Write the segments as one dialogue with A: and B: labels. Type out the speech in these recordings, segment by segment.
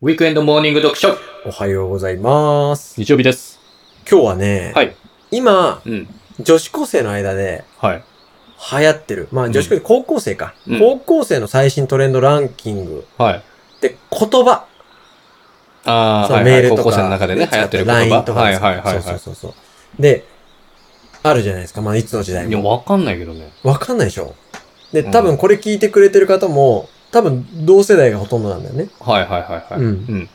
A: ウィークエンドモーニング読書
B: おはようございます。
A: 日曜日です。
B: 今日はね、
A: はい
B: 今、
A: うん。
B: 女子高生の間で
A: はい。
B: 流行ってる。まあ
A: ん
B: 女子高生、高校生か、
A: うん
B: 高校生の最新トレンドランキング
A: はい。
B: で言葉。
A: ああ、
B: そ
A: は
B: う
A: い、
B: メ
A: は
B: ー
A: い。
B: ルと
A: 高校
B: か。
A: 生の中でね、流行ってる言
B: LINE
A: 葉。
B: とか。
A: はいはいはい
B: そう
A: は
B: そうそうそう。で、あるじゃないですか。まあいつの時代
A: い。いや、
B: も。
A: わかんないけどね。
B: わかんないでしょ。で、
A: うん
B: 多分これ聞いてくれてる方も、多分同世代がほとんどなんだよね。
A: はいはいはいはい。
B: うん
A: うん。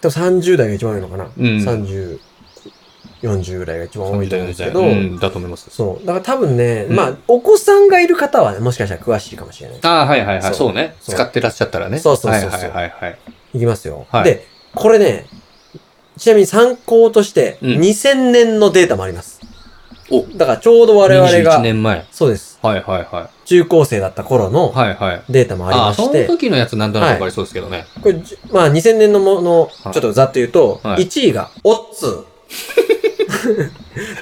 B: 多分30代が一番多いのかな。
A: うん
B: 30、40ぐらいが一番多いと思うんですけど、
A: うん、だと思います。
B: そう。だから多分ね、
A: うん
B: まあ、お子さんがいる方はね、もしかしたら詳しいかもしれない。
A: ああ、はいはいはい。
B: そ
A: そううね。
B: そう
A: 使ってらっしゃったらね。
B: そうそうそうそう
A: はいはいはいはい。
B: いきますよ、
A: はい
B: で、これね、ちなみに参考として、
A: うん
B: 2000年のデータもあります。
A: お
B: だからちょうど我々
A: 21
B: が、
A: 年前。
B: そうです。
A: はいはいは
B: 中高生だった頃
A: い。
B: の
A: はいはい。
B: データもあり
A: ああ、
B: ま
A: そ
B: し
A: の
B: て、
A: 時のやつなんとなくわかりそうですけどね。
B: これ、じまあ2000年のもの、ちょ
A: は
B: っ
A: い
B: とざっと言うと、
A: はい
B: 1位が、オッツ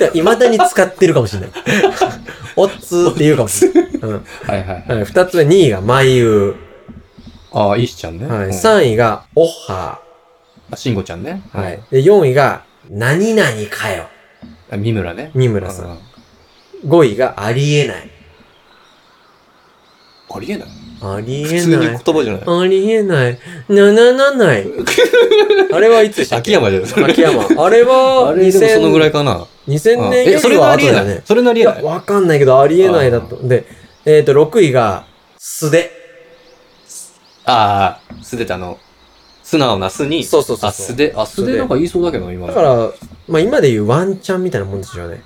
B: ー。 いまだに使ってるかもしれない。 オッツーって言うかもしれない。うん
A: はいはい。
B: はい、2つ目、2位が、マイユー。
A: ああ、イシちゃんね。
B: はい。
A: うん
B: 3位が、オッハ
A: あ、シンゴちゃんね。
B: ー。はい。。で、4位が、何々かよ。
A: あ三村ね。
B: 三村さん。
A: うん。
B: 5位が、ありえない。
A: ありえない。
B: あり
A: 普
B: え
A: 通に言
B: ない。
A: 葉じゃない。
B: ありえない。なな なない。あれはいつでしたっ
A: 秋
B: け
A: 山じゃない。
B: 秋山。 あれは、
A: あれでもそのぐらい
B: か。
A: かな。
B: 2000
A: あ
B: 年
A: え、
B: よ
A: それ
B: り
A: が
B: は
A: あり
B: 後
A: え
B: だ
A: ない
B: ね。。
A: それなり
B: い
A: え
B: や、
A: ない。
B: わかんないけど、ありえないだと。で、えっと、6位が、素で。
A: ああ、素でたの。素直な素に。
B: そうそうそう
A: あ、
B: そう
A: 素で。あ、素でなんか言いそうだけどな、今。
B: だから、まあ今で言うワンチャンみたいなもんですよね。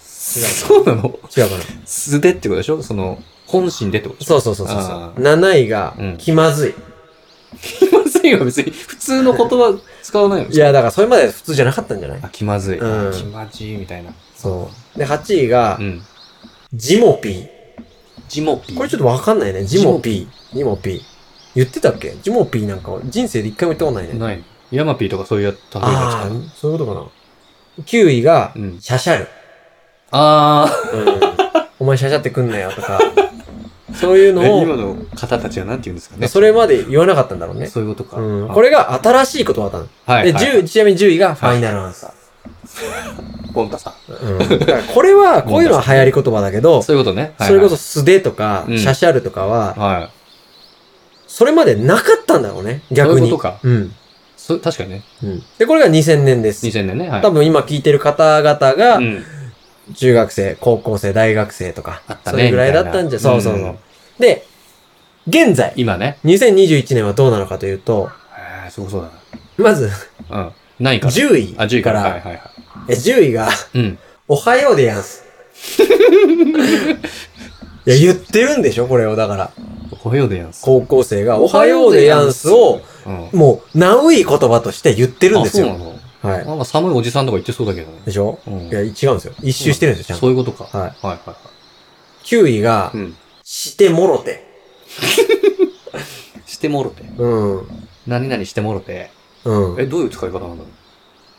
A: そうなの
B: 違うかな。
A: 素でってことでしょその、本心でってことでしょ
B: そうそうそうそうそう
A: あ。ー
B: 7位が
A: うん、
B: 気まずい。
A: 気まずいは別に、普通の言葉使わないの
B: いや、だからそれまで普通じゃなかったんじゃない
A: あ、気まずい。
B: うん
A: 気まじいみたいな。
B: そう。で、8位が
A: う、ん。
B: ジモピー。
A: ジモピー。
B: これちょっ
A: っ
B: とわかんないね。ジモピー。ジモピー。言ってたっけジモピーなんか人生で一回も言ったことないね。
A: ない。ヤマピーとかそういうやった方が
B: あ
A: いい
B: あ、そういうことかな。9位が
A: う、ん
B: シャシャル。
A: あ
B: うん、お前シャシャってくんなよとか。そういう
A: あ、
B: の
A: 今
B: を、
A: の方たちはなんて言うんですかね。
B: それまで言わなかったんだろうね。
A: そういうことか。
B: うん、これが新しいことだったの。
A: あ、はい。
B: で、
A: はい
B: 10、ちなみに10位がファイナルアンサ
A: ポンタさん。
B: ー。うん、だからこれは、こういうのは流行り言葉だけど、
A: そういうことね。はい
B: それこ
A: は
B: そ素手とか、
A: うん、
B: シャシャルとかはい
A: はい。
B: それまでなかったんだろうね、逆に。
A: そういうことか
B: うん。
A: そ確かにね。
B: うん。で、これが2000年です。
A: 2000年ね。はい。
B: 多分今聞いてる方々が
A: う、ん。
B: 中学生、高校生、大学生とか
A: あっ、た
B: そ
A: ね
B: れぐらいだったんじゃ、
A: みたい
B: そう
A: な。
B: そうそううんで、現在、
A: 今ね。
B: 2021年はどうなのかというと、
A: へえ、すごそうだ
B: まず、
A: な。うん。何位から
B: 10位
A: あ、10位
B: か
A: から。はい
B: ら、
A: はいはい。
B: え10位が、
A: うん。
B: おはようでや んす。いや、言ってるんでしょこれを、だから。
A: おはようでやんす。
B: 高校生が、おはようでやんすを、
A: うん。あ、
B: もう、ナウい言葉として言ってるんです
A: そうな
B: よ。
A: の
B: はい。
A: なんか寒いおじさんとか言ってそうだけどね
B: で。しょ
A: うん
B: いや、違うんですよ。一周してるんですよ、ちゃ
A: そ
B: ん
A: ういうことか。
B: と。はい。
A: はいはいは
B: 9位が
A: い。う、ん。
B: してもろて。
A: してもろて。
B: うん。
A: 何々してもろて。
B: う
A: え、
B: ん。
A: どういう使い方なんだ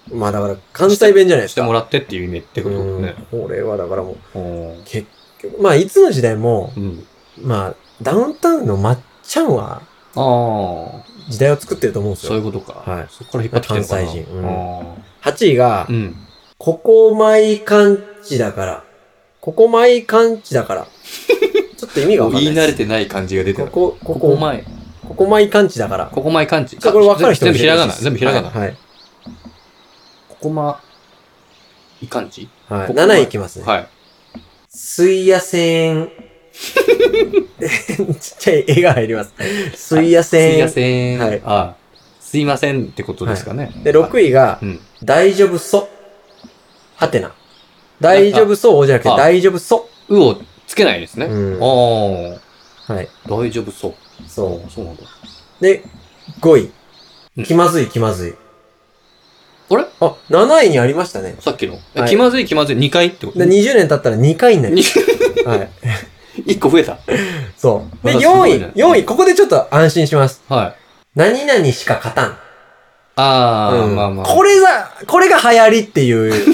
A: ろ
B: まあだから、関西弁じゃないうで
A: し
B: す
A: て
B: か。
A: もらってっていう意味ってことだね。
B: うん。これはだからも
A: う
B: う、
A: ん。
B: 結局、まあいつの時代も、
A: うん。
B: まあ、ダウンタウンのまっちゃんは、
A: ああ、
B: 時代を作ってると思うんです
A: そうい
B: よ。
A: うことか。
B: はい。
A: そっから引っ張ってきてるのかな。
B: 関西人う
A: 人。
B: 8位が、
A: うん。うん。
B: ここ毎感知だから。ここ毎感知だから。ちょっと意味がわかんな
A: 言
B: い
A: い
B: で
A: 慣
B: す。
A: れてない感じが出て
B: こ
A: る。
B: こ、こ
A: ここ
B: こ、
A: 前。
B: ここ毎感知だから。
A: ここ前漢字。
B: ちょこれ分かる人
A: 全
B: も
A: 部
B: い
A: ひ
B: る
A: ら
B: で
A: が
B: しょ
A: な。全部ひらがな。
B: はい。
A: ここま、い漢字
B: はい。
A: ここ
B: 7位いきますね。
A: はい。
B: 水野線。 ちっちゃい絵が入ります。水野
A: すいま
B: 線。
A: せん。
B: はい
A: あすいませんってことですかね。
B: で、6
A: 位。
B: 位が
A: う、ん。
B: 大丈夫そ。はてな。大丈夫そうじゃなくて、
A: あ
B: 大丈夫そ。
A: うをつけないですね。
B: うん
A: ああ、
B: はい。
A: 大丈夫そう。
B: そ
A: そうなんだ。
B: う。で、5
A: う
B: 位。
A: ん
B: 気まずい、気まずい。
A: あれ
B: あ、7位にありましたね。
A: さっきの。え
B: はい
A: 気まずい気まずい2回ってこと
B: で、20年経ったら2回になる。
A: に
B: はい。
A: ?1 個増えた。
B: そう。で、
A: まだす
B: 4
A: ごい
B: 位
A: ね、
B: 4位、ここでちょっと安心します。
A: はい。
B: 何々しか勝たん。
A: ああ、
B: うん
A: まあまあ。
B: これが、これが流行りってい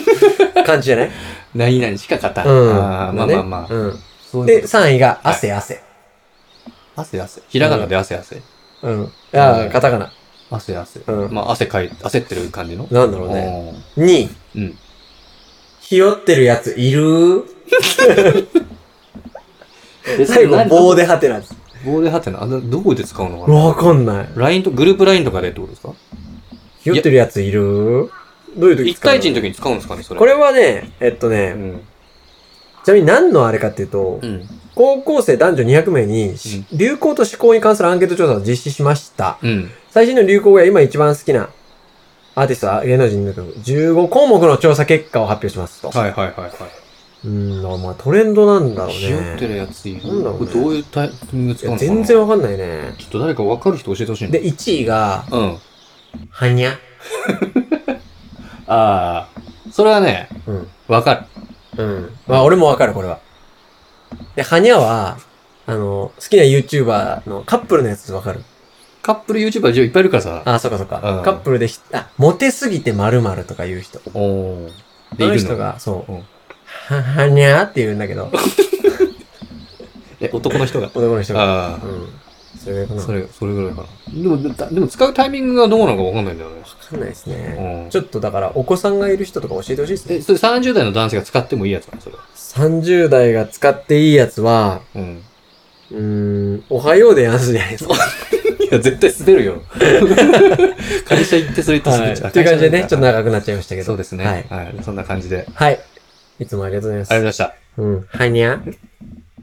B: う感じじゃない
A: 何々しか勝たん。
B: うん。
A: あーまあまあまあ。
B: うん。
A: そういう
B: で、
A: こと。
B: 3位が、
A: はい
B: 汗汗。
A: 汗汗。ひらがなで汗汗。
B: うん。ああ、カタカナ。
A: あ汗汗。
B: うん
A: まあ、汗かい、焦ってる感じの。
B: なんだろうね。に、
A: うん
B: ひよってるやついる
A: うん。で
B: 最後、棒。でハテナです。
A: それ棒ではってな。あれどこで使うのかな
B: わかんない。
A: ?LINE と、グループ LINE とかでってことですか
B: ひよってるやついるどういう時
A: 一
B: 使う
A: 対一の時に使うんですかね、それ。
B: これはね、えっと
A: う
B: ね、
A: ん。
B: ちなみに何のあれかっていうと
A: う、ん。
B: 高校生男女200名に、し流行と思考に関するアンケート調査を実施しました。
A: うん。
B: 最新の流行語や今一番好きなアーティスト、芸能人の曲15項目の調査結果を発表しますと。
A: はいはいはいはい。
B: うーん、だからまあトレンドなんだろう
A: ひよって
B: ね。
A: るやついる。
B: なんだろうね
A: これどういうタイミングで
B: い
A: 使う
B: や
A: のかな
B: 全然。わかんないね。
A: ちょっと誰かわかる人教えてほしいな
B: で、1位が、
A: うん。
B: はにゃ。
A: ああ。それはね、
B: うん。
A: わかる。
B: うん。まあ俺もわかる、これは。で、はにゃは、あの、好きな YouTuber のカップルのやつわかる。
A: カップル YouTuber いっぱいいるからさ。
B: あ、そっかそっか。
A: うん
B: カップルでひ、あ、モテすぎて〇〇とか言う人。
A: おお。
B: あの人が、そう。
A: うん
B: は、はにゃーって言うんだけど、
A: え、男の人が。
B: 男の人
A: あ
B: が。う
A: あ。
B: ん。それかな。
A: そ
B: わ
A: れ、それぐらいかな。でも、だでも使うタイミングがどうなのかわかんないんだよね。
B: かんないですね。
A: うん。
B: ちょっとだから、お子さんがいる人とか教えてほしいですね
A: え、。それ30代の男性が使ってもいいやつなのそれ。
B: 30代が使っていいやつは、
A: うん。
B: うーん、おはようでやんすじゃな いですか。
A: いや、絶対滑る よ。会社行ってそれ言って滑
B: は
A: っちゃ
B: い。
A: う。
B: という感じでね、ちょっと
A: 長い
B: 長くなっちゃいましたけど。
A: そうですね。
B: はい。
A: はい。そんな感じで。あり
B: はい。いつもありがとうございま
A: がとうございました。
B: す。うん。はにゃ。